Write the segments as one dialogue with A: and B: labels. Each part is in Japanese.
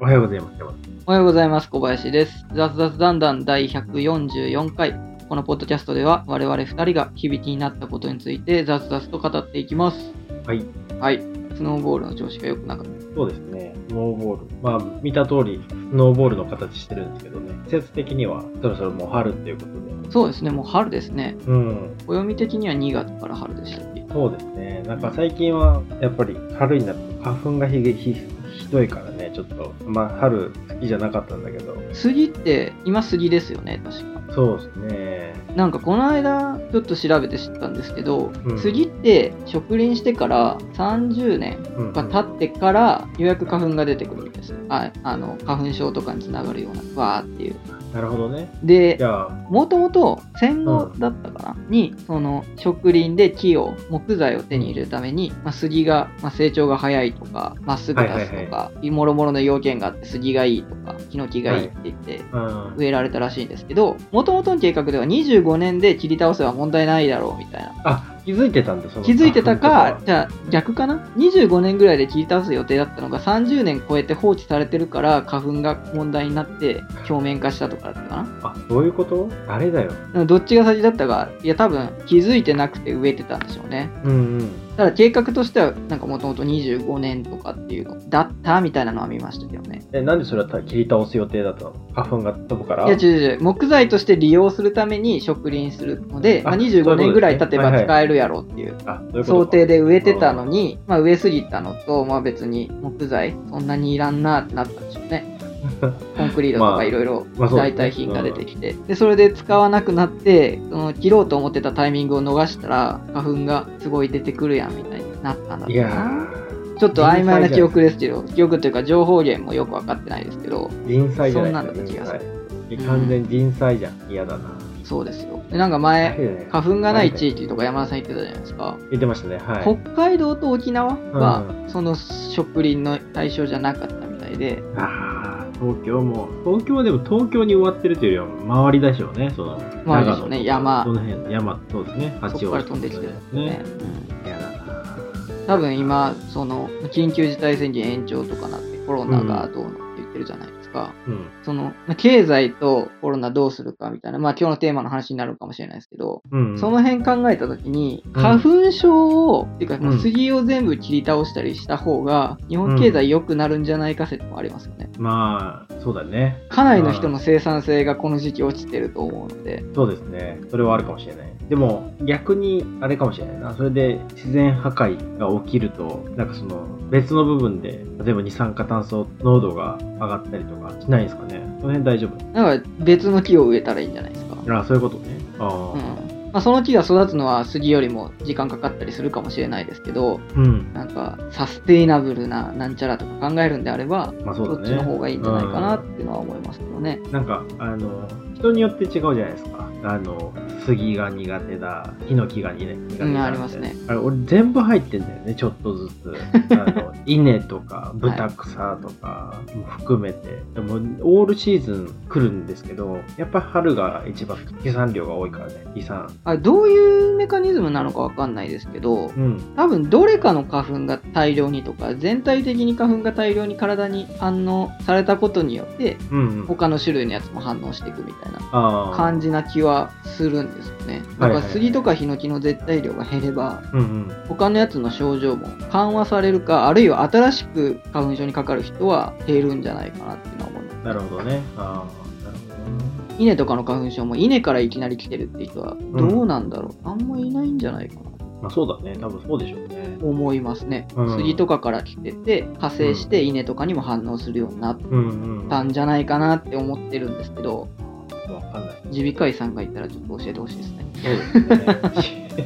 A: おはようございます。山
B: おはようございます。小林です。雑雑談談第144回。このポッドキャストでは我々2人が響きになったことについて雑々と語っていきます。
A: 田はい。
B: はい。スノーボールの調子が良くなかった。
A: そうですね。スノーボール。まあ、見た通り、スノーボールの形してるんですけどね。季節的には、そろそろもう春っていうことで。
B: そうですね、もう春ですね。
A: うん。
B: 暦的には2月から春でしたっけ
A: そうですね。なんか最近は、やっぱり春になると花粉がひげひひどいからね、ちょっと、まあ春好きじゃなかったんだけど。
B: 杉って、今杉ですよね、確か。
A: そうですね。
B: なんかこの間、ちょっと調べて知ったんですけど、
A: うん
B: 杉って植林してから30年
A: うん
B: が経ってからようやく花粉が出てくるんですああの花粉症とかにつながるようなわーっていう
A: なるほどね。じ
B: で
A: ゃあ、
B: もともと戦後だったかな、にその植林で木を木材を手に入れるために、まあ、杉が、まあ、成長が早いとかまっすぐ出すとか、
A: はいはい
B: もろもろの要件があって杉がいいとかヒノキがいいって言って、
A: うん。
B: 植えられたらしいんですけどもともとの計画では25年で切り倒せば問題ないだろうみたいな
A: あ、気づいてたんだ、その
B: 気づいてた
A: 花
B: か
A: 粉、と
B: じゃあ逆かな ?25 年ぐらいで切り倒す予定だったのが30年超えて放置されてるから花粉が問題になって表面化したとかだったかな
A: あ、どういうことあれだよ。
B: でもどっちが先だったか、いや多分気づいてなくて植えてたんでしょうね。
A: うんうん。
B: ただ計画としてはなんかもともと25年とかっていうのだったみたいなのは見ましたけどね。
A: え、なんでそれは切り倒す予定だったの花粉が飛ぶから
B: いや違う違う、木材として利用するために植林するので、まあ、
A: あ
B: 25年ぐらい経て
A: そ
B: ば
A: ういうことですねはいはい
B: 使えるやろうっていう。
A: あ、そういうこと
B: 想
A: か
B: 定で植えてたのに、まあ、植えすぎたのと、まあ、別に木材そんなにいらんなってなったんでしょう ねコンクリートと
A: まあ
B: かいろいろ
A: まあそうです
B: 代
A: ね
B: 替品が出てきて、でそれで使わなくなってその切ろうと思ってたタイミングを逃したら花粉がすごい出てくるやんみたいになったんだろ
A: いうや
B: な
A: ー、
B: ちょっと曖昧な記憶ですけど記憶というか情報源もよく分かってないですけど
A: 人災じゃない
B: そんなんだった気がす
A: 人災完全人災じゃん。嫌だな。
B: そうですよでなんか前花粉がない地
A: 域。
B: 域とか山田さん言ってたじゃないですか
A: 言ってましたね。はい。
B: 北海道と沖縄は、
A: う
B: その植林の対象じゃなかったみたいで
A: ああ、東京も、東京はでも東京に終わってるというよりは周りでしょうね、その、
B: 周りでしょうね
A: 長野とか
B: 山
A: その辺、山、そうですね、八
B: そこ
A: 王
B: か
A: 子
B: ら飛んできてるんですね。
A: いやだな
B: うん多分今その緊急事態宣言延長とかなってコロナがどうのって言ってるじゃないですか、
A: うん、
B: そのまあ経済とコロナどうするかみたいなまあ今日のテーマの話になるかもしれないですけど、
A: うんうん。
B: その辺考えた時に花粉症を、っていうかもう杉を全部切り倒したりした方が日本経済良くなるんじゃないか説もありますよね、
A: まあ、そうだね。
B: かなりの人の生産性がこの時期落ちてると思うので、
A: そうですね。それはあるかもしれない。でも、逆に、あれかもしれないな。それで、自然破壊が起きると、なんかその、別の部分で、例えば二酸化炭素濃度が上がったりとかしないんですかね。その辺大丈夫
B: なんか別の木を植えたらいいんじゃないですか。
A: ああ、そういうことね。あ
B: うん
A: あ、
B: まあ、その木が育つのは杉よりも時間かかったりするかもしれないですけど、
A: うん。
B: なんかサステイナブルななんちゃらとか考えるんであれば、
A: まあそ
B: そうっ
A: だ
B: ち
A: ね。
B: の方がいいんじゃないかなっていうのは思いますけどね。
A: なんか、あの、人によって違うじゃないですか。あの、杉が苦手だ、ヒノキが苦手だみたいな、
B: うんありますね。
A: あれ、俺全部入ってんだよね、ちょっとずつ。 あの、稲とか、豚草とかも含めて。でも、オールシーズン来るんですけど、やっぱ春が一番飛散量が多いからね、飛散。
B: あれどういうメカニズムなのかわかんないですけど、
A: うん。
B: 多分どれかの花粉が大量にとか、全体的に花粉が大量に体に反応されたことによって、
A: うん、うん。
B: 他の種類のやつも反応していくみたいな
A: ああ。
B: 感じな気はするんですよね。
A: は
B: だ
A: い
B: か
A: はい
B: ら杉とかヒノキの絶対量が減れば、
A: うんうん。
B: 他のやつの症状も緩和されるか、あるいは新しく花粉症にかかる人は減るんじゃないかなっていうのは思います。
A: なるほどね。ああ。なるほどね。
B: 稲とかの花粉症も稲からいきなり来てるって人はどうなんだろう、あんまいないんじゃないかな
A: まあそうだね、多分そうでしょうね。
B: と思いますね。
A: うん
B: 杉とかから来てて、派生して稲とかにも反応するようになっ
A: うんうん。
B: たんじゃないかなって思ってるんですけど、
A: わかんない。
B: 耳鼻科医さんがいたらちょっと教えてほしいですね。
A: そうですね。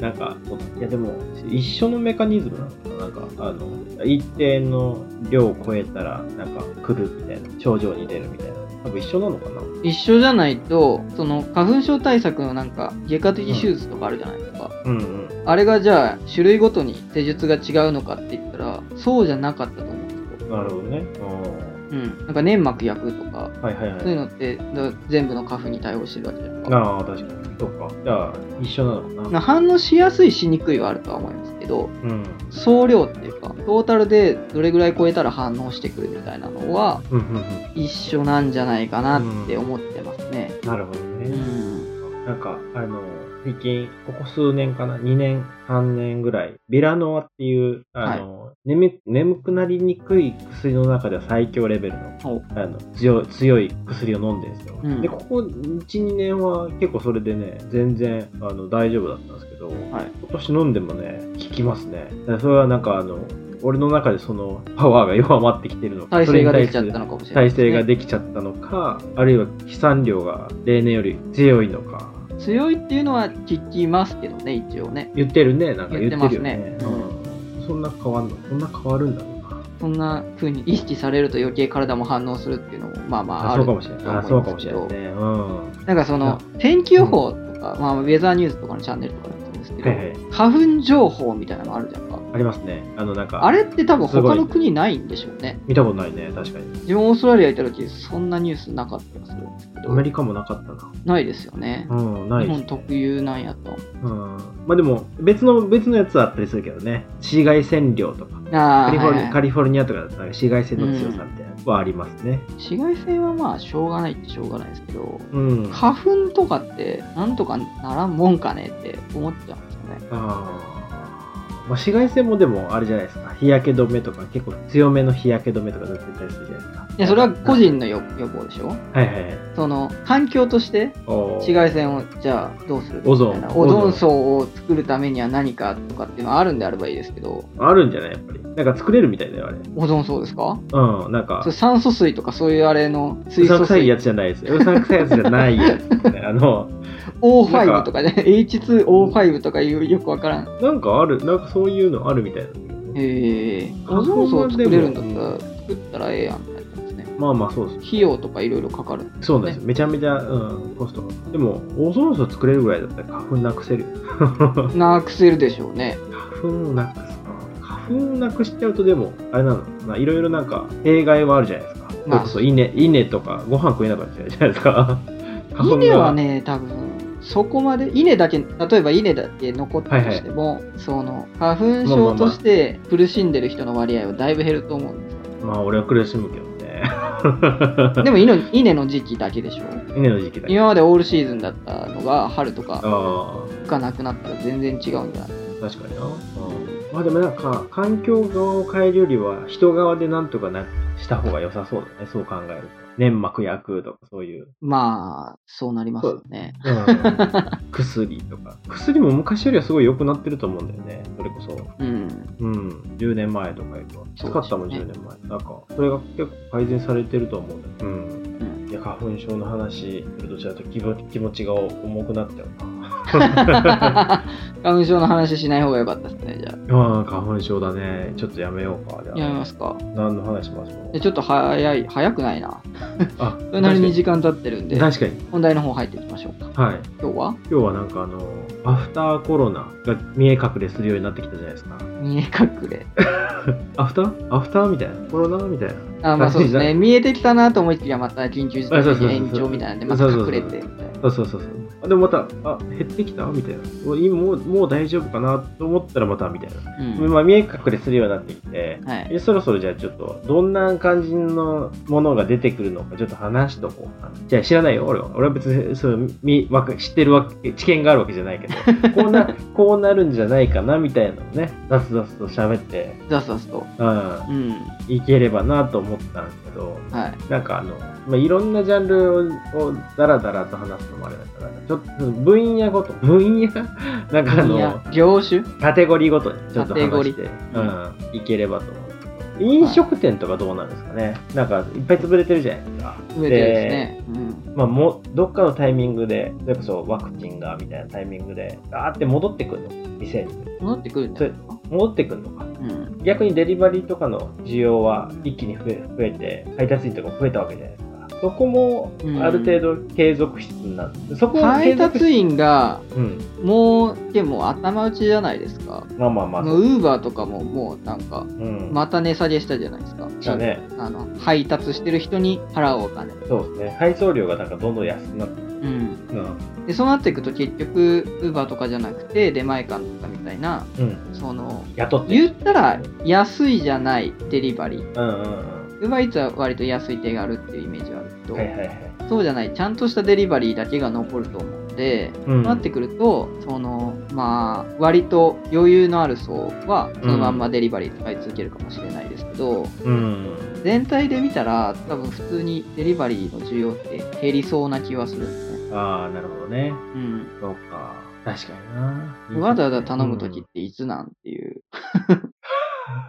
A: なんか、そうだいやでも、一緒のメカニズムなのかななんか、あの、一定の量を超えたら、なんか、来るみたいな、症状に出るみたいな。多分一緒なのかな
B: 一緒じゃないとその花粉症対策のなんか外科的手術とかあるじゃないですか、
A: うんうん。
B: あれがじゃあ種類ごとに施術が違うのかって言ったらそうじゃなかったと思うんですよ
A: なるほどね。うん
B: うん、なんか粘膜焼くとか、
A: はいはいはい
B: そういうのってだ全部の花粉に対応してるわけじゃんか。
A: ああ、確かに。そうか。じゃあ、一緒なのかな。
B: な反応しやすいしにくいはあるとは思いますけど、
A: うん。
B: 総量っていうか、トータルでどれぐらい超えたら反応してくるみたいなのは
A: うんうんうん。
B: 一緒なんじゃないかなって思ってますね。
A: なるほどね。
B: うん。
A: なんか、あの、最近、ここ数年かな、2年、3年ぐらい、ベラノアっていう、あの、眠眠くなりにくい薬の中では最強レベルの
B: お
A: あの強い強い薬を飲んでるんですよ。
B: うん
A: で、ここ1、2年は結構それでね、全然あの大丈夫だったんですけど、
B: はい。
A: 今年飲んでもね、効きますね。だからそれはなんかあの、俺の中でそのパワーが弱まってきてるのか、
B: 体
A: それ
B: 勢
A: に
B: が
A: 対
B: ですき
A: る
B: ちゃったのかもしれない、
A: 体勢ができちゃったのか、あるいは飛散量が例年より強いのか、
B: 強いっていうのは聞きますけどね、一応ね。
A: 言ってるね、なんか言
B: 言
A: っ
B: ってて
A: る
B: ます
A: よね
B: ね。
A: うんそんな変わんのそんな変わるんだろうな。
B: そんな風に意識されると余計体も反応するっていうのも、まあまあ
A: あ
B: あ
A: そ
B: る
A: うかもしれない。あ
B: と
A: そうかも
B: 思うんで
A: し
B: す
A: れ
B: け
A: ない
B: ど
A: ね。うん。は
B: なんかその、天気予報とか、まあ、ウェザーニュースとかのチャンネルとかだと思うんですけ
A: いは
B: ど、
A: い。
B: 花粉情報みたいなのあるじゃんか。
A: ありますね。あの、なんか、
B: あれって多分
A: すご
B: 他
A: い
B: の国ないんでしょうね。
A: 見たことないね、確かに。
B: 自分オーストラリア行った時、そんなニュースなかったりするんですけ
A: アメ
B: ど、
A: リカもなかったな。
B: ないですよね。
A: うん、な
B: 日
A: いです
B: 本特有なんやと。
A: うん。まあでも、別の、別のやつはあったりするけどね。紫外線量とか。
B: あ
A: カ
B: あ、
A: リフォルニアカ
B: はい
A: リフォルニアとかだったら紫外線の強さみたいなのはありますね。
B: 紫外線はまあ、しょうがないってしょうがないですけど、
A: うん。あ
B: 花粉とかってなんとかならんもんかねって思っちゃうんですよね。
A: あー。まあ、紫外線もでもあれじゃないですか日焼け止めとか結構強めの日焼け止めとか塗ってたりするじゃないですか
B: いや、それは個人の予予防でしょ
A: はいはいはい
B: その、環境として
A: おー
B: 紫外線をじゃあどうする
A: オゾン
B: みたいなオゾン層を作るためには何かとかっていうのはあるんであればいいですけど、
A: あるんじゃないやっぱり。なんか作れるみたいだよ、あれ。
B: オゾン層ですか
A: うん、なんか
B: それ。酸素水とかそういうあれの
A: う
B: 水
A: さん
B: 素
A: くさい
B: 水
A: やつじゃないですよ。うさんくさいやつじゃないやつ、ね。 あの、
B: O5 とかね H2O5 とかいうよくわからん
A: なんかある、なんかそういうのあるみたいなんだけ
B: へえ
A: あ
B: オゾン層を作れるんだ
A: でも
B: ったら作ったらええやんってなってますね
A: ど。まあまあ、そうです。
B: 費用とかいろいろかかる
A: そうなんですよ。めちゃめちゃ、うん、コストが。でも、オゾン層作れるぐらいだったら花粉なくせるよ。
B: なくせるでしょうね
A: 花粉をなくすか。花粉をなくしちゃうと、でも、あれなのかな。いろいろなんか、弊害はあるじゃないですか。
B: まあ
A: それこそ、稲、稲とか、ご飯食えなかったりするじゃないですか。花粉が
B: 稲は、ね多分そこまで稲だけ例えば稲だけ残ったとしても、その花粉症として苦しんでる人の割合はだいぶ減ると思うんですよ
A: まあ、俺は苦しむけどね。
B: でも稲稲の時期だけでしょ
A: 稲の時期だけど。
B: 今までオールシーズンだったのが春とか
A: ああ。
B: がなくなったら全然違うんじゃない
A: 確かにな、まあでもなんか環境側を変えるよりは人側でなんとかなした方が良さそうだねそう考えると粘膜焼くとかそういう、
B: まあそうなりますよね
A: 薬とか薬も昔よりはすごい良くなってると思うんだよねそれこそ
B: うん
A: うん10年前とかよりは
B: そうですね
A: 使ったもん10年前、なんかそれが結構改善されてると思うんだけど、うん
B: うん
A: いや花粉症の話するとちょっと気分気持ちが重くなっちゃうな
B: 花粉症の話しない方が良かったですねじゃ
A: ああ花粉症だねちょっとやめようかじゃ
B: あ
A: あ
B: やめますか
A: 何の話しますか
B: でちょっと早い早くないな
A: あ、
B: それなりに時間経ってるんで
A: 確かに。
B: 本題の方入っていきましょうか
A: はい。
B: 今日は
A: 今日はなんかあの、アフターコロナが見え隠れするようになってきたじゃないですか。
B: 見え隠れ
A: アフターアフターみたいな。コロナみたいな。
B: あまあそうですね見えてきたなと思いきやまた緊急事態
A: あそうそう
B: 宣
A: そう
B: 言延長みたいなんでまた
A: そうそうそ
B: 隠
A: う
B: れてみたいな
A: そうそうそうそう。あでもまた、あ、減ってきたみたいな。もう今もうもう大丈夫かなと思ったらまたみたいな。
B: うん
A: まあ見え隠れするようになってきて、
B: はい
A: えそろそろじゃあちょっと、どんな感じのものが出てくるのか、ちょっと話しとこうかな。じゃあ知らないよ、俺は。俺は別にそうみわか知ってるわけ、知見があるわけじゃないけど、こうな、こうなるんじゃないかな、みたいなのをね、雑々と喋って、
B: ザスザスと
A: うん、
B: うん
A: いければなと思ったんですけど、
B: はい
A: なんかあの、まあ、いろんなジャンルををダラダラと話すのもあれだから、ちょっと分野ごと、分野 なんかあ
B: い
A: の
B: や、業種
A: カテゴリーごとにちょっと
B: カテゴ
A: 話
B: リ
A: して、う、
B: うん
A: いければと思うんですけど飲食店とかどうなんですかね、なんかいっぱい潰れてるじゃないですか。
B: 増えてるですね、うん、
A: でまあ、もどっかのタイミングで、それこそワクチンがみたいなタイミングで、ガーって戻ってくるの、店に。
B: 戻ってくるんじゃないですか
A: 戻ってくるのか。
B: うん
A: 逆にデリバリーとかの需要は一気に増え増えて、配達員とかも増えたわけじゃないですか。そこも
B: うん
A: ある程度継続質になる、そこは継
B: 配
A: 続
B: 達
A: 質、
B: 員が
A: うん、
B: もうでも頭打ちじゃないですか
A: まあまあまあ、
B: もうウーバーとかももうなんか
A: うん、
B: また値下げしたじゃないですか
A: だね
B: あの配達してる人に払うお金
A: そうですね配送料がなんかどんどん安くなって
B: うん
A: うん
B: でそうなっていくと結局ウーバーとかじゃなくて出前館とかみたいな
A: うん
B: その
A: 雇って
B: 言ったら安いじゃないデリバリー
A: うんうんうん
B: ウーバーイーツは割と安い手があるっていうイメージはあるけど、
A: はいはいはい
B: そうじゃないちゃんとしたデリバリーだけが残ると思って
A: うん
B: なってくると、そのまあ割と余裕のある層はそのまんまデリバリー使い続けるかもしれないですけど、
A: うん
B: 全体で見たら多分普通にデリバリーの需要って減りそうな気はするんですね。
A: ああなるほどね
B: うん、
A: そうか確かにな
B: わざわざ頼む時っていつなんっていう、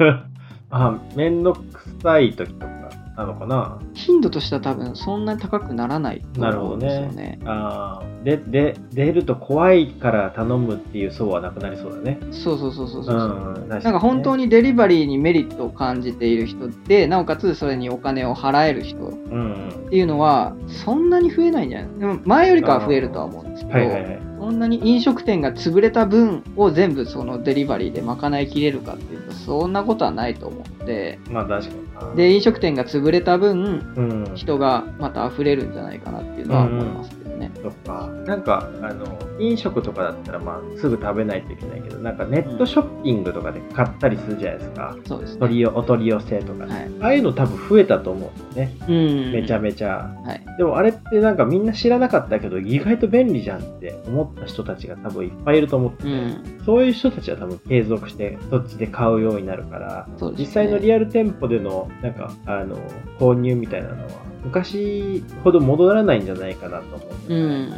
A: あ、めんどくさい時とかなのかな
B: 頻度としては多分そんなに高くならないと思うんですよね。
A: あーで、で、出ると怖いから頼むっていう層はなくなりそうだね。
B: そうそうそうそう
A: う
B: そう。
A: ん。なん
B: なんか本当
A: に、
B: にデリバリーにメリットを感じている人でなおかつそれにお金を払える人っ
A: うん。
B: ていうのはそんなに増えないんじゃないでも前よりかは増えるとは思うんですけど、
A: はいはいはい。
B: そんなに飲食店が潰れた分を全部そのデリバリーで賄いきれるかっていうとそんなことはないと思って
A: まあ確かにな。
B: で飲食店が潰れた分
A: うん。
B: 人がまた溢れるんじゃないかなっていうのは思いますけどね。
A: とか、なんか、あの、飲食とかだったら、まあ、すぐ食べないといけないけど、なんかネットショッピングとかで買ったりするじゃないですか。
B: そうです
A: 取
B: ね。
A: りよお取り寄せとか、ね
B: はい。
A: ああいうの多分増えたと思うんですね。
B: うん。
A: めちゃ
B: め
A: めちゃ。
B: はい。
A: でもあれってなんかみんな知らなかったけど意外と便利じゃんって思った人たちが多分いっぱいいると思ってて、
B: うん。
A: そういう人たちは多分継続してそっちで買うようになるから
B: そうですね
A: 実際のリアル店舗でのなんかあの購入みたいなのは昔ほど戻らないんじゃないかなと思う、
B: うん。
A: うん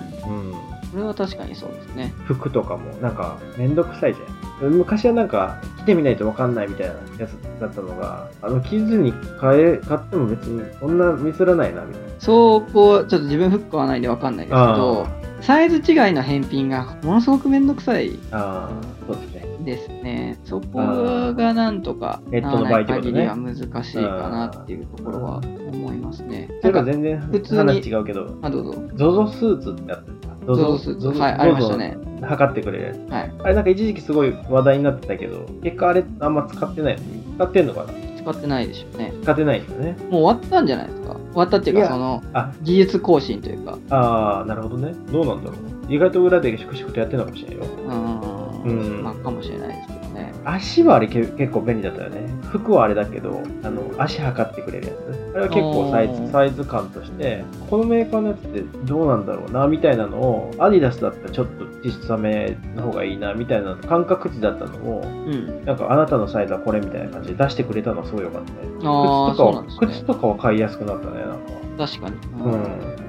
B: これは確かにそうですね。
A: 服とかもなんかめんどくさいじゃん昔はなんか着てみないとわかんないみたいなやつだったのがあの着ずに買え買っても別にそんなミスらないなみたいな
B: そうこうちょっと自分フックはないんでわかんないですけど
A: あ
B: サイズ違いの返品がものすごくめんどくさい
A: あーそうですね
B: ですね。そこがなんとか
A: ネットの場合ってことね
B: ならない限りは難しいかなっていうところは思いますね。
A: それが
B: なんか
A: 全然
B: 普通に
A: 話違うけど、
B: あどうぞ。
A: ゾゾスーツってあったじゃんゾ
B: ゾゾスーツはいありましたね。
A: 測ってくれるやつ。
B: はい。
A: あれなんか一時期すごい話題になってたけど、結果あれあんま使ってないよね。使ってんのかな
B: 使ってないでしょうね。
A: 使ってないよね。
B: もう終わったんじゃないですか。終わったっていう
A: い
B: か
A: や
B: その
A: あ
B: 技術更新というか。
A: あー、なるほどね。どうなんだろう。意外と裏で粛々とやってるのかもしれないよ。
B: うー
A: うんん
B: まあかもしれないですけどね。
A: 足はあれけ結構便利だったよね。服はあれだけど、あの足測ってくれるやつ。あれは結構サイ
B: おー
A: ズサイズ感として、このメーカーのやつってどうなんだろうなみたいなのを、アディダスだったらちょっと小さめの方がいいなみたいな感覚値だったのを、
B: うん。
A: なんかあなたのサイズはこれみたいな感じで出してくれたのはすごい良かったね。
B: ああ、
A: 靴と
B: そう
A: か
B: な
A: は
B: んで、す
A: 靴
B: ね。
A: とかは買いやすくなったね、なんか。
B: 確かに。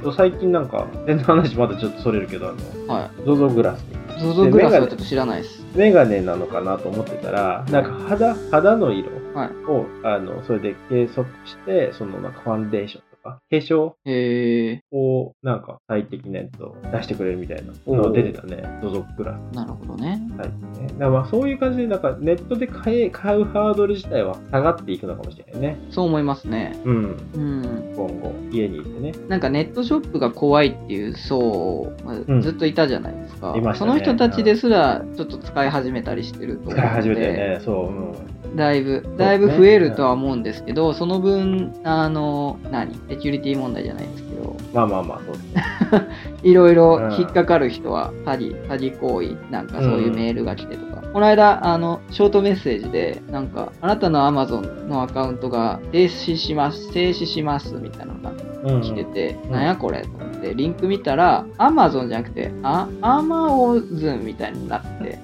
A: うん。最近なんか、全然話まだちょっとそれるけど、あの、
B: は
A: ZOZO グラス。
B: い。ゾゾグラスはちょっと知らないです。
A: メガネなのかなと思ってたら、なんか肌、肌の色
B: はい
A: を、あの、それで計測して、そのなんかファンデーションとか、化粧
B: へえ
A: をなんか最適なやつを出してくれるみたいなのが出てたね、ZOZO グラス。
B: ー、なるほどね。
A: はいね、だからまあそういう感じでなんかネットで買え買うハードル自体は下がっていくのかもしれないね。
B: そう思いますね。
A: うん、
B: うん。
A: 今後家にいてね。
B: なんかネットショップが怖いっていう層、ま
A: う
B: あ、
A: ん
B: ずっといたじゃないですか、
A: いまし
B: そ
A: たね
B: の人たちですらちょっと使い始めたりしてると思う
A: 使い始め
B: の
A: たよ
B: で、
A: ね。そう、うん、
B: だいぶ
A: ね
B: だいぶ増えるとは思うんですけどその分あの何セキュリティ問題じゃないですけど
A: まあまあまあそうですね。
B: いろいうろ
A: ん
B: 引っかかる人は詐欺詐欺行為なんかそういうメールが来てとか、この間あのショートメッセージでなんかあなたの Amazon のアカウントが停止します停止しますみたいなのが
A: うん、
B: 来てて、
A: ん
B: なんやこれと思って、リンク見たら、アマゾンじゃなくて、あアマオズンみたいにな って、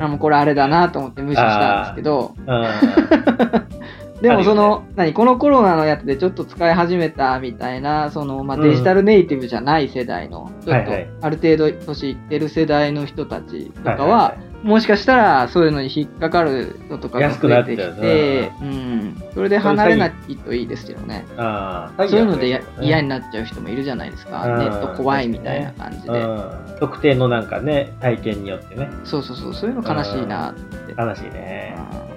B: あもうこれあれだなと思って無視したんですけど、
A: あ
B: でもそ
A: あるよ
B: の、何、このコロナのやつでちょっと使い始めたみたいな、その、まあ、
A: うん
B: デジタルネイティブじゃない世代の、ちょ
A: は
B: っ
A: い
B: と
A: はい
B: ある程度年いってる世代の人たちと
A: ー
B: かは、、もしかしたらそういうのに引っかかる人とかが増えて
A: 安
B: き
A: くなっち
B: て、うん、それで離れないといいですよね。
A: あ
B: そういうのでや嫌
A: に
B: になっちゃう人もいるじゃないですか、
A: うん
B: ネット怖いみたいな感じで、
A: うん、特定のなんかね体験によってね
B: そうそうそうそういうの悲しいなって、
A: 悲しいね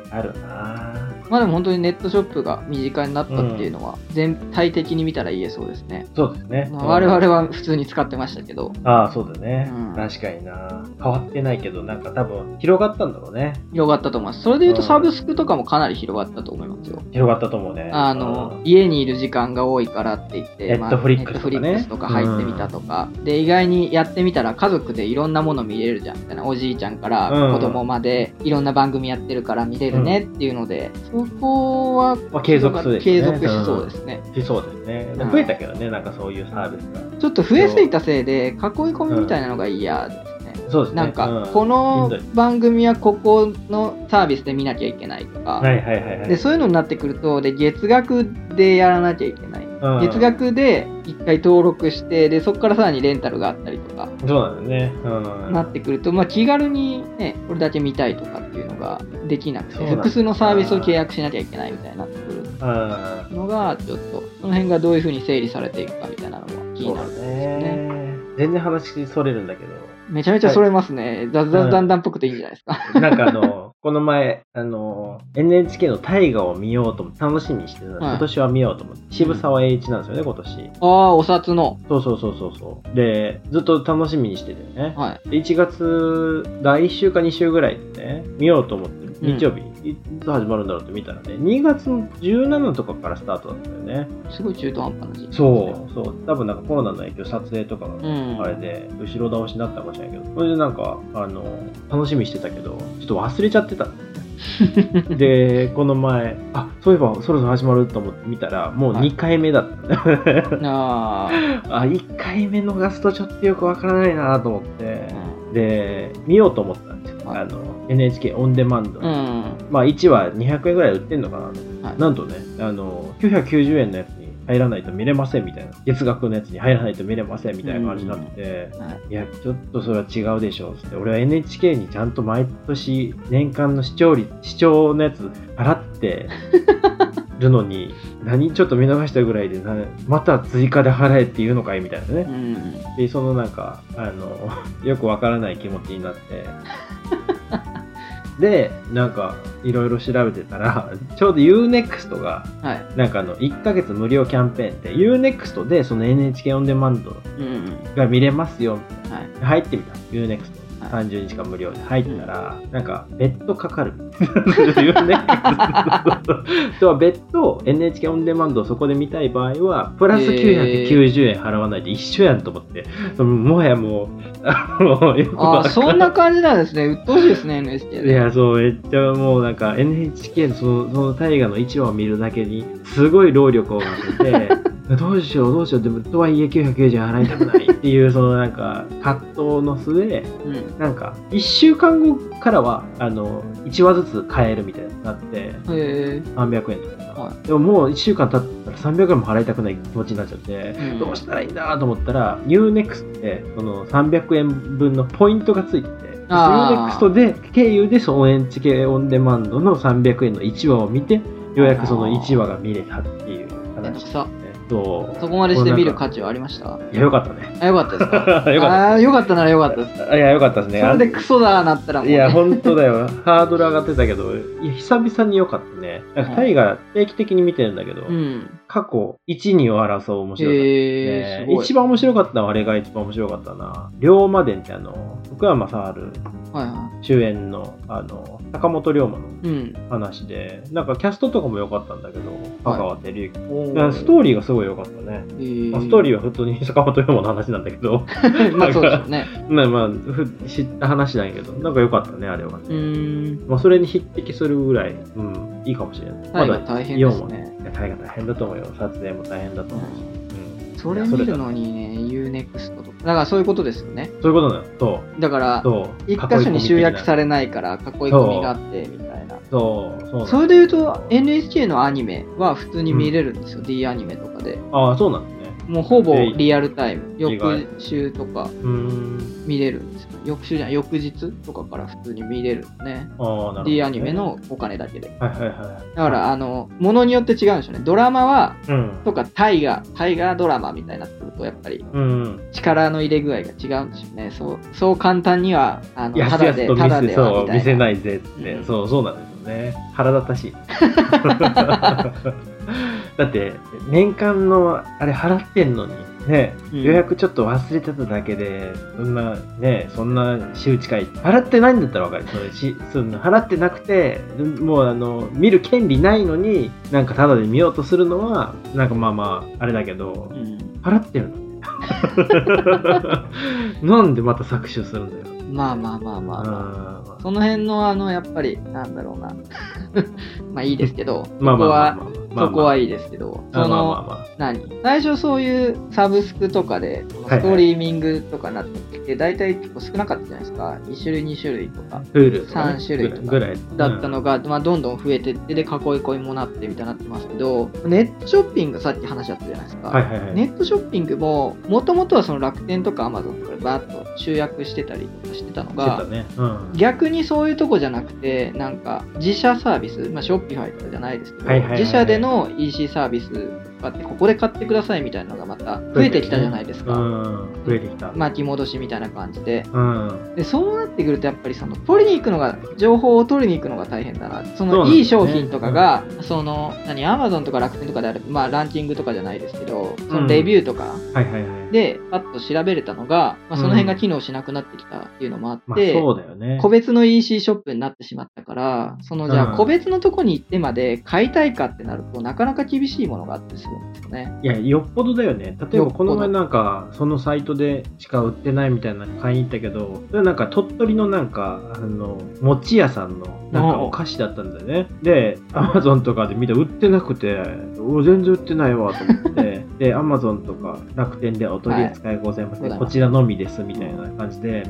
B: う
A: あるな。
B: んまあでも本当にネットショップが身近になったっていうのは、全体的に見たら言えそうですね。
A: そうですね。
B: まあ我々は普通に使ってましたけど、
A: ああ、そうだね、
B: うん
A: 確かにな。変わってないけど、なんか多分、広がったんだろうね。
B: 広がったと思います。それで言うと
A: うん
B: サブスクとかもかなり広がったと思いますよ。
A: 広がったと思うね。
B: あの、家にいる時間が多いからって言って、まあ
A: Netflix とかね
B: Netflix とか入ってみたとか、で、意外にやってみたら家族でいろんなもの見れるじゃん、みたいな。おじいちゃんから
A: うん
B: 子供までいろんな番組やってるから見れるねっていうので、そこは
A: うんまあ、継続するでしょうね、
B: 継続しそうですね。
A: うんしそうですね。
B: うん
A: 増えたけどね、なんかそういうサービスが。
B: ちょっと増えすぎたせいで、囲い込みみたいなのが嫌ですね。
A: そうですね。
B: なん
A: う
B: か、この
A: しんどい
B: 番組はここのサービスで見なきゃいけないとか、
A: はいはいはいはい。
B: でそういうのになってくるとで月額でやらなきゃいけない、
A: うん
B: 月額で1回登録してでそこからさらにレンタルがあったりとか
A: そうなんだよね。うん。
B: なってくると、まあ、気軽に、ね、これだけ見たいとかっていうのができなく
A: そう
B: て
A: なんだ
B: 複数のサービスを契約しなきゃいけないみたいになってく
A: う
B: る
A: ん。
B: のがちょっとその辺がどういうふうに整理されていくかみたいなのが気になる
A: そ
B: ん
A: う
B: です
A: だ
B: よね。
A: ね。全然話それるんだけど、
B: めちゃめちゃそれますね。雑
A: う
B: 雑
A: ん
B: 談談っぽくていいんじゃないですか。
A: なんかあの、この前、あの、NHK の大河を見ようと思って、楽しみにしてたの、
B: はい
A: 今年は見ようと思って、渋沢栄一なんですよね、今年。
B: ああ、お札の。
A: そうそうそうそうそう。で、ずっと楽しみにしてたよね。
B: はい。
A: 1月、来週か2週ぐらいでね、見ようと思って、日曜日、いつ始まるんだろうって見たらね、2月の17とかからスタートだったよね。
B: すごい中途半端な時期。
A: そう、そう。多分なんかコロナの影響、撮影とかが
B: うん。
A: あれで、後ろ倒しになったかもしれないけど、それでなんか、あの、楽しみにしてたけど、ちょっと忘れちゃ ってたんだよね。で、この前、あ、そういえばそろそろ始まると思って見たら、もう2回目だったんだよ。
B: あ
A: あ、1回目逃すとちょっとよくわからないなと思って、で、見ようと思ったんですよ。
B: はい
A: あの、NHK オンデマンド。
B: あ。うん。
A: まあ、1話200円ぐらい売ってんのかな、
B: はい
A: なんとね、あの、990円のやつに入らないと見れませんみたいな。月額のやつに入らないと見れませんみたいな感じになってて、
B: はい
A: いや、ちょっとそれは違うでしょうっつって、俺は NHK にちゃんと毎年年間の視聴率、視聴のやつ払ってるのに、 何ちょっと見逃したぐらいでな、また追加で払えって言うのかいみたいなね
B: う。ん。
A: で、そのなんか、あの、 よくわからない気持ちになって。で、なんか、いろいろ調べてたら、 ちょうど UNEXT が、
B: はい。
A: なんかあの、1ヶ月無料キャンペーンって、UNEXT でその NHK オンデマンド
B: うん。
A: が見れますよ、
B: はい。
A: 入ってみた UNEXT
B: は
A: 30日間無料で入ったら、なんか別途かかる UNEXT とは別途 NHK オンデマンドをそこで見たい場合はプラス
B: えー
A: 990円払わないで一緒やんと思って、そのもはやもうあのよく
B: あ
A: わか
B: あ、
A: ら
B: そんな感じなんですね。鬱陶しいですね、NHK
A: い
B: で。
A: やそうめっちゃもうなんか NHK のそのその大河の1話を見るだけにすごい労力をかけてどうしようどうしようでもとはいえ990円払いたくないっていうそのなんか葛藤の末
B: うん。
A: なんか、1週間後からは、あの、1話ずつ買えるみたいになって、
B: へ
A: 300円とかかな、
B: は
A: でももう1週間経ったら300円も払いたくない気持ちになっちゃって、
B: え。
A: どうしたらいいんだと思ったら、UNEXT で、その300円分のポイントがついてて、
B: あー
A: UNEXT で、経由でその NHK オンデマンドの300円の1話を見て、ようやくその1話が見れたっていう
B: めんど
A: 話
B: く
A: です
B: さ。
A: ね。そう
B: そこまでして見る
A: か。
B: 価値はありました
A: いや、よかったね。
B: あ、よかったです か
A: よかっ
B: ああ、よかったならよかったです。
A: た。いや、よかったですね。
B: それでクソだーなったらもう
A: い
B: ね。
A: や、本当だよ。ハードル上がってたけど、いや、久々に良かったね。なんか、タイガー定期的に見てるんだけど、
B: うん。
A: 過去1、2を争う面白さ。
B: へえ、
A: ね
B: すごい。
A: 一番面白かったのはあれが一番面白かったな。龍馬伝ってあの、福山雅治
B: はいは
A: 主演の、あの、坂本龍馬の
B: い。うん。
A: 話で、なんかキャストとかも良かったんだけど、香川照之。だからス
B: ー
A: トーリーがすごい良かったね。まあストーリーは普通に 坂本龍馬の話なんだけど、
B: ー まあそうですよね。
A: まあまあ、ふ知った話なんやけど、なんか良かったね、あれはね。
B: うーん。
A: まあ、それに匹敵するぐらい、うん、いいかもしれない。ま
B: 大
A: だ
B: 河大変
A: 4
B: です
A: もね
B: ね。、
A: いや大河大変だと思うよ。撮影も大変だと思うし。うん
B: それ
A: いや
B: 見
A: だ
B: るのにね、UNEXT とか。だからそういうことですよね。
A: そういうことなの。そう。
B: だから、
A: そう。
B: 一箇所に集約さ
A: れ
B: れないから、囲い込みがあって、みたいな。
A: そう、そうな
B: そ
A: の。
B: れで言うと、NHK のアニメは普通に見れるんですよ、D アニメとかで。
A: ああ、そうなんですね。
B: もうほぼリアルタイム、
A: 意外
B: 翌週とか
A: うーん。
B: 見れるんですよ。翌週じゃない、翌日とかから普通に見れるんですね。
A: ああ、なるほど、ね。
B: D アニメ。のお金だけで。
A: はいはいはい。
B: だから、あの、ものによって違うんでしょうね。ドラマは、
A: うん。
B: とか大河、大河ドラマみたいになってると、やっぱり
A: うん。
B: 力の入れ具合が違うんでしょうね。そう、そう簡単には、あの、
A: やす
B: ただ
A: やす
B: で、
A: と
B: た
A: 見
B: だ
A: せ
B: では
A: そう
B: みたいな。
A: 見せないぜって、
B: うん
A: そうそうなんですよね。腹立たし い。だって、年間の、あれ払ってんのに、ね、
B: うん
A: 予約ちょっと忘れてただけで、そんな、ね、そんな仕打ちかい。払ってないんだったらわかる。それしそんな払ってなくて、もうあの、見る権利ないのに、なんかタダで見ようとするのは、なんかまあまあ、あれだけど、
B: うん
A: 払ってるの なんでまた搾取するんだよ。
B: まあまあまあまあ、ま
A: あ
B: あ
A: ー
B: その辺のあのやっぱりなんだろうな まあいいですけど
A: まあ
B: そ
A: まあ
B: こは
A: まあまあまあ
B: そこはいいですけど、
A: まあ
B: そ
A: まあ
B: の、
A: まあまあ
B: 何最初そういうサブスクとかで、ス
A: はい
B: トリーミングとかなってきて、大体結構少なかったじゃないですか。1種類、2種類とか
A: プールとかね
B: 三種類とか
A: ぐらい
B: だった
A: の、
B: のが、まあどんどん増えてって、で、囲い込みもなってみたいになってますけど、ネットショッピングさっき話あったじゃないですか。
A: うんはいはいはい、
B: ネットショッピングも、もともとはその楽天とかアマゾンとかでバーッと集約してたりとかしてたの
A: してた
B: が、
A: ね、うん、
B: 逆にそういうとこじゃなくて、なんか自社サービス、まあ、ショッピファイとかじゃないですけど、
A: はいはいはいはい
B: 自社での EC サービスとかって、ここで買ってくださいみたいなのがまた増えてきたじゃないですか。
A: うん、増えてきた、
B: 巻き戻しみたいな感じで
A: うん、
B: でそうなってくるとやっぱりその取りに行くのが情報を取りに行くのが大変だなそ
A: そうなん
B: の
A: ですね
B: いい商品とかがその何アマゾンとか楽天とかであればまあランキングとかじゃないですけどそうの
A: ん
B: レビューとか
A: はいはいはい
B: でパッと調べれたのが、まあ、その辺が機能しなくなってきたっていうのもあって、
A: まあそうだよね
B: 個別の EC ショップになってしまったから、そのじゃ
A: うん
B: あ個別のとこに行ってまで買いたいかってなると、なかなか厳しいものがあってするんですよね。
A: いやよっぽどだよね例え
B: よっ
A: ば
B: ぽど
A: この前なんかそのサイトでしか売ってないみたいなの買いに行ったけどそれなんか鳥取のなんかあの餅屋さんのなんかお菓子だったんだよねでアマゾンとかで見て売ってなくてお全然売ってないわと思って でアマゾンとか楽天でお取り扱いございません、
B: はい
A: こちらのみですみたいな感じで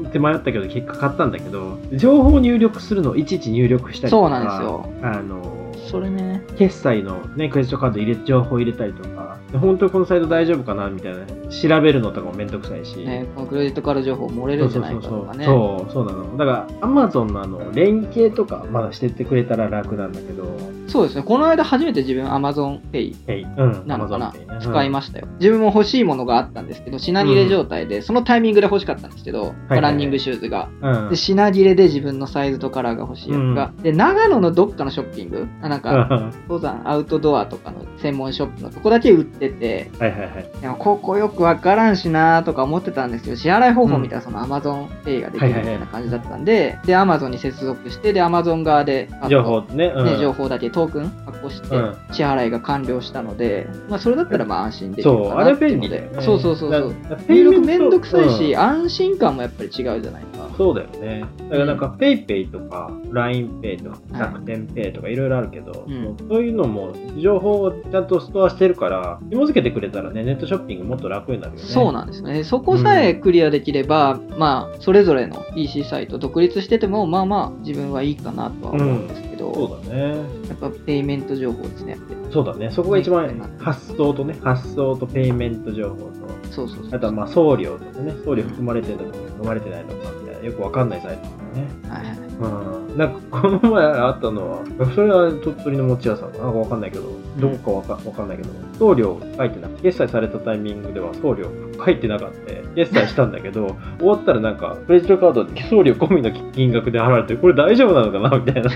A: うんって迷ったけど結果買ったんだけど情報入力するのをいちいち入力したりとか
B: そうなんですよ
A: あの
B: それね。
A: 決済の、ね、クレジットカード入れ情報入れたりとか、で本当にこのサイト大丈夫かなみたいな、調べるのとかもめんどくさいし。
B: ね、このクレジットカード情報漏れ
A: そ
B: る
A: うん
B: じ
A: そ
B: ゃ
A: う
B: ない
A: そうそ
B: かとか
A: う、
B: ね。
A: そうそうなのだから Amazon のあの連携とかまだしてってくれたら楽なんだけど、
B: そうですね。この間初めて自分 AmazonPay
A: えいうん、
B: なのか
A: Amazon
B: な
A: ってね
B: 使いましたよ。自分も欲しいものがあったんですけど、品切れ状態で、そのタイミングで欲しかったんですけど、
A: はい
B: ランニングシューズが。
A: うん
B: で、品切れで自分のサイズとカラーが欲しいやつが。で、長野のどっかのショッピングあなんか、登山アウトドアとかの専門ショップのとこだけ売ってて
A: はいはいはい。
B: でもここよくわからんしなーとか思ってたんですけど支払い方法見たらその AmazonPay ができるみたいな感じだったんで、で Amazon に接続してで Amazon 側であと
A: 情報ね。うん
B: ね、情報だけトークン発行して
A: うん
B: 支払いが完了したので、まあ、それだったらまあ安心でき
A: そ
B: る
A: う、
B: か
A: あ
B: な
A: れ
B: っていう
A: 便利
B: ので
A: だよね。
B: そうそうそうそう
A: だだ
B: 入力めんどくさい
A: うん
B: し、安心感もやっぱり違うじゃないか
A: そうだよね。だからなんか PayPay とか LINEPay とか
B: い
A: 楽天 Pay とかいろいろあるけど、
B: うん
A: そういうのも情報をちゃんとストアしてるから、紐付けてくれたらね、ネットショッピングもっと楽になるよね。
B: そうなんですね。そこさえクリアできれば、まあ、それぞれの EC サイト独立してても、まあまあ、自分はいいかなとは思うんですけど、
A: そうだね。
B: やっぱペイメント情報ですね。やっぱり
A: そうだね。そこが一番
B: ね
A: 発送とね、発送とペイメント情報と、
B: そうそうそう。
A: あとはまあ送料とかね、送料含まれてるとか含まれてないとかみたいな、よくわかんないサイトとかね。
B: はいはい
A: うんなんかこの前あったのは、それは鳥取の餅屋さんかなんかわかんないけど、どこかわかわかんないけど、送料書いてなくて、決済されたタイミングでは送料書いてなかった。決済したんだけ ど、終わったらなんか、クレジットカードで送料込みの金額で払われて、これ大丈夫なのかなみた いな。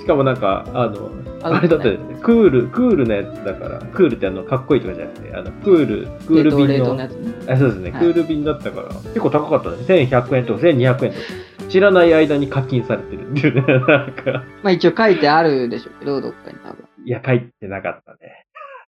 A: しかもなんか、あの、あれだって、クール、クールなやつだから、クールってあの、かっこいいとかじゃなくて、あの、クール、クール
B: 冷
A: 便
B: 凍
A: の
B: のやつね。
A: あそうですね、
B: はい
A: クール便だったから、結構高かったね。1100円とか1200円とか。知らない間に課金されてるっていうね、 なんか。
B: まあ一応書いてあるでしょうけど、どっかに多分。
A: いや、書いてなかったね。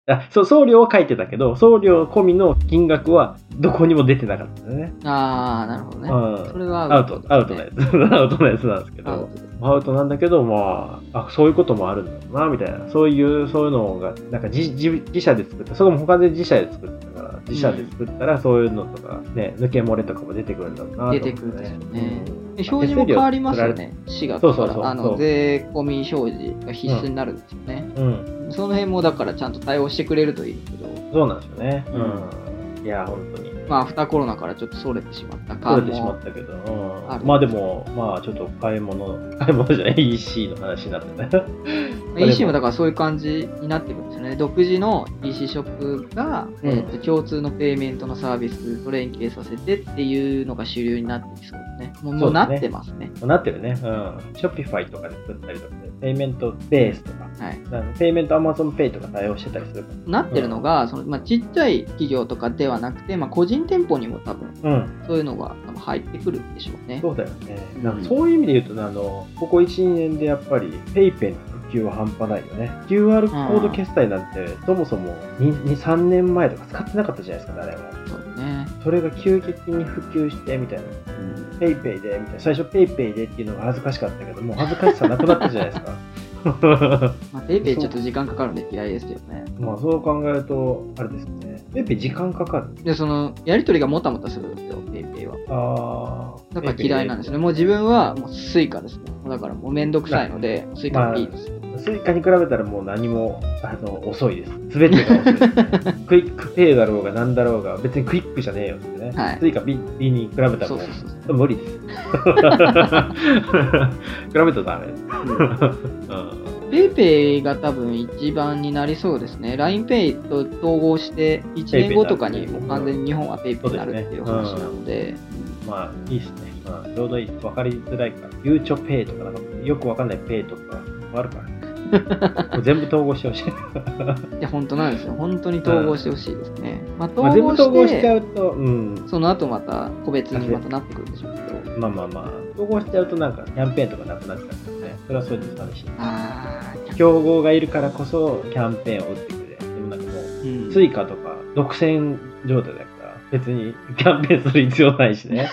A: あそう送料は書いてたけど、送料込みの金額はどこにも出てなかったね。
B: あー、なるほど
A: う
B: ね。そ
A: ん。
B: れは
A: アウト、アウトな
B: ね
A: やつ。 アウトなやつなんですけ
B: アウ
A: ど。
B: トです。
A: アウトなんだけど、まあ、あ、そういうこともあるんだろうな、みたいな。そういう、そういうのが、なんか自自自社で作った。それも他で自社で作ったから、自社で作ったら、そういうのとか、ね、抜け漏れとかも出てくるんだろうなと思って、
B: 出てくるんですよね
A: うん
B: で表示も変わりますよね。4月か
A: そうそ
B: ら。
A: うそう
B: あ
A: そう
B: の、税込み表示が必須になるんですよね。
A: うん、
B: その辺もだからちゃんと対応してくれるといいけど。
A: そうなんですよね。う
B: うんん。
A: いや、本当に。
B: まあ、アフターコロナからちょっとそれてしまった感も。
A: 取れてしまったけど、うん
B: ある
A: まあでも、まあちょっと買い物、買い物じゃない EC の話になって ね。
B: まあ EC もだからそういう感じになってくるんですよね。独自の EC ショップが、
A: うん
B: えーと共通のペイメントのサービスと連携させてっていうのが主流になってきそうね。も
A: そ
B: うも
A: う
B: う
A: だ
B: な
A: ね
B: ってますね。
A: なってるね。うん。ショッピファイとかで作ったりとかで、ペイメントベースとか、
B: はい、
A: なんかペイメント AmazonPay とか対応してたりするか
B: なってるのが、そのまあ、ちっちゃい企業とかではなくて、まあ、個人店舗にも多分
A: ら。うん。
B: そういうのが多分入ってくるんでしょうね。
A: そうだよね。
B: うん
A: なんかそういう意味で言うとね、あの、ここ1、2年でやっぱり、ペイペイの普及は半端ないよね。QR コード決済なんて、そもそも2、2 3年前とか使ってなかったじゃないですか、誰も。
B: そうね、
A: それが急激に普及して、みたいな。
B: うん
A: ペイペイで、みたいな。最初ペイペイでっていうのが恥ずかしかったけど、もう恥ずかしさなくなったじゃないですか。
B: まあ、ペイペイちょっと時間かかるんで嫌いですよね。
A: まあそう考えると、あれですね。ペイペイ時間かかる。
B: で、その、やりとりがもたもたするんですよ、ペイペイは。
A: ああ。
B: だから嫌いなんですね。。もう自分はもうスイカですね。だからもうめんどくさいので、スイカの B です。
A: スイカに比べたらもう何もあの遅いです。すべてが遅いです、 ね。クイックペイだろうが何だろうが、別にクイックじゃねえよってね。
B: はい
A: スイカ B, B に比べたらもう
B: そうそうそう。
A: 無理です。比 べたらダメです。
B: うんペイペイが多分一番になりそうですね。LINEPay と統合して、1年後とかにもう完全に日本はペイペイになるっていう話なので、
A: まあいいですね。まあ、ちょうどいい。分かりづらいから。ゆうちょペイとかなんかよくわかんないペイとかある から。もう全部統合してほしい。
B: いや、本当なんですよ。本当に統合してほしいですね。まあ、
A: まあ、
B: 統
A: 全部
B: 合
A: 統合し
B: し
A: ちゃ
B: て、
A: うと、うん、
B: その後また個別にまたなってくるんでしょうけど。
A: まあまあまあ、統合しちゃうとなんかキャンペーンとかなくなっちゃうからね。それはそれで寂しい。
B: あー
A: 競合がいるからこそキャンペーンを打ってくれ。でもなんかもう、
B: うん
A: スイカとか独占状態だから、別にキャンペーンする必要ないし ね。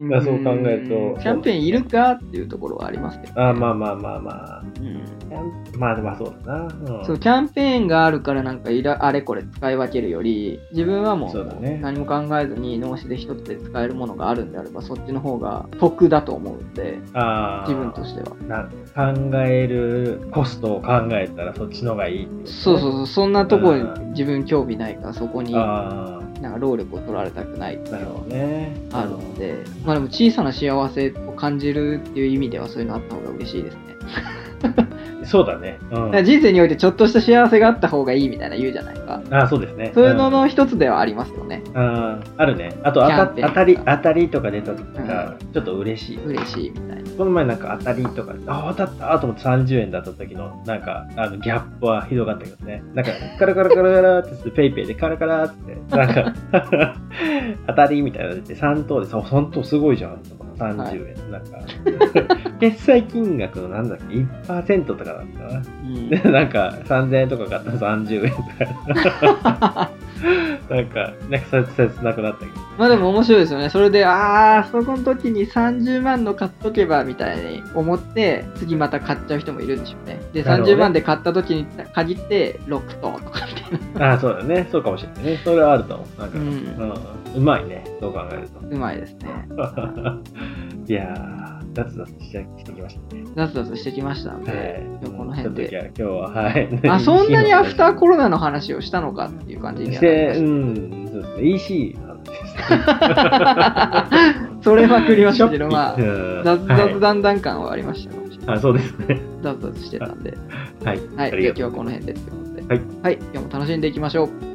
A: まあそう考えると
B: うんキャンペーンいるかっていうところはありますけど、
A: あまあまあまあまあ。
B: うん
A: キャンまあまあそうだな。うん、
B: そうキャンペーンがあるからなんかいらあれこれ使い分けるより自分はも
A: そうだね
B: う何も考えずに脳死で一つで使えるものがあるんであればそっちの方が得だと思うんで
A: あー
B: 自分としては
A: な考えるコストを考えたらそっちの方がいいってことね、
B: そうそう
A: う
B: そうそんなとこ
A: う
B: に自分興味ないからそこにな
A: あ
B: んか労力を取られたくないって
A: あ、
B: い
A: なるほ
B: う
A: ど
B: の
A: ね。
B: はあるのでまあでも小さな幸せを感じるっていう意味ではそういうのあった方が嬉しいですね
A: そうだね。う
B: だ
A: ん
B: から人生においてちょっとした幸せがあった方がいいみたいな言うじゃないか
A: あそうですね。
B: そういうの
A: ん
B: の一つではありますよね
A: あーあるね。あとあた
B: キャンペーン
A: 当たり、当たりとか出た時が、ちょっと嬉しい。
B: 嬉しいみたいな
A: この前なんか当たりとか、あ、当たったと思って30円だった時の、なんか、あの、ギャップはひどかったけどね。なんか、カラカラカラカラって、ペイペイでカラカラって、なんか、当たりみたいなの出て、3等でさ、3等すごいじゃん、とか30円。なんか、決済金額のなんだっけ、1%とかだったかな。
B: うん
A: でなんか3000円とか買ったら30円とかなんかなんか切切なくなったけど
B: まあでも面白いですよね。それで、ああ、そこの時に30万の買っとけばみたいに思って、次また買っちゃう人もいるんでしょうね。で、
A: なるほどね
B: 30万で買った時に限って、6等とかみたいな。
A: ああそうだねそうかもしれないねそれはあると思うなんか、
B: う
A: うん
B: ん。
A: うまいねそう考えると
B: うまいですね。
A: いやー脱脱してしてきましたね
B: ザツザツしてきましたんで、今日この辺で。
A: で今日ははい
B: あ、そんなにアフターコ
A: ロ
B: ロナの話をしたのかっていう感じに
A: し
B: はな
A: てう
B: り まし
A: んそうですね EC の話です
B: た。それまくりましたけど、まあ、
A: あ
B: 雑雑談談感はありましたかもしれない。
A: あそうですね
B: 雑雑してたんで。
A: はい
B: は
A: あ
B: い。じゃあ
A: りが
B: 今日
A: とう
B: は
A: ございま
B: この
A: す
B: 辺でってことで。
A: はい
B: はい。今日も楽しんでいきましょう。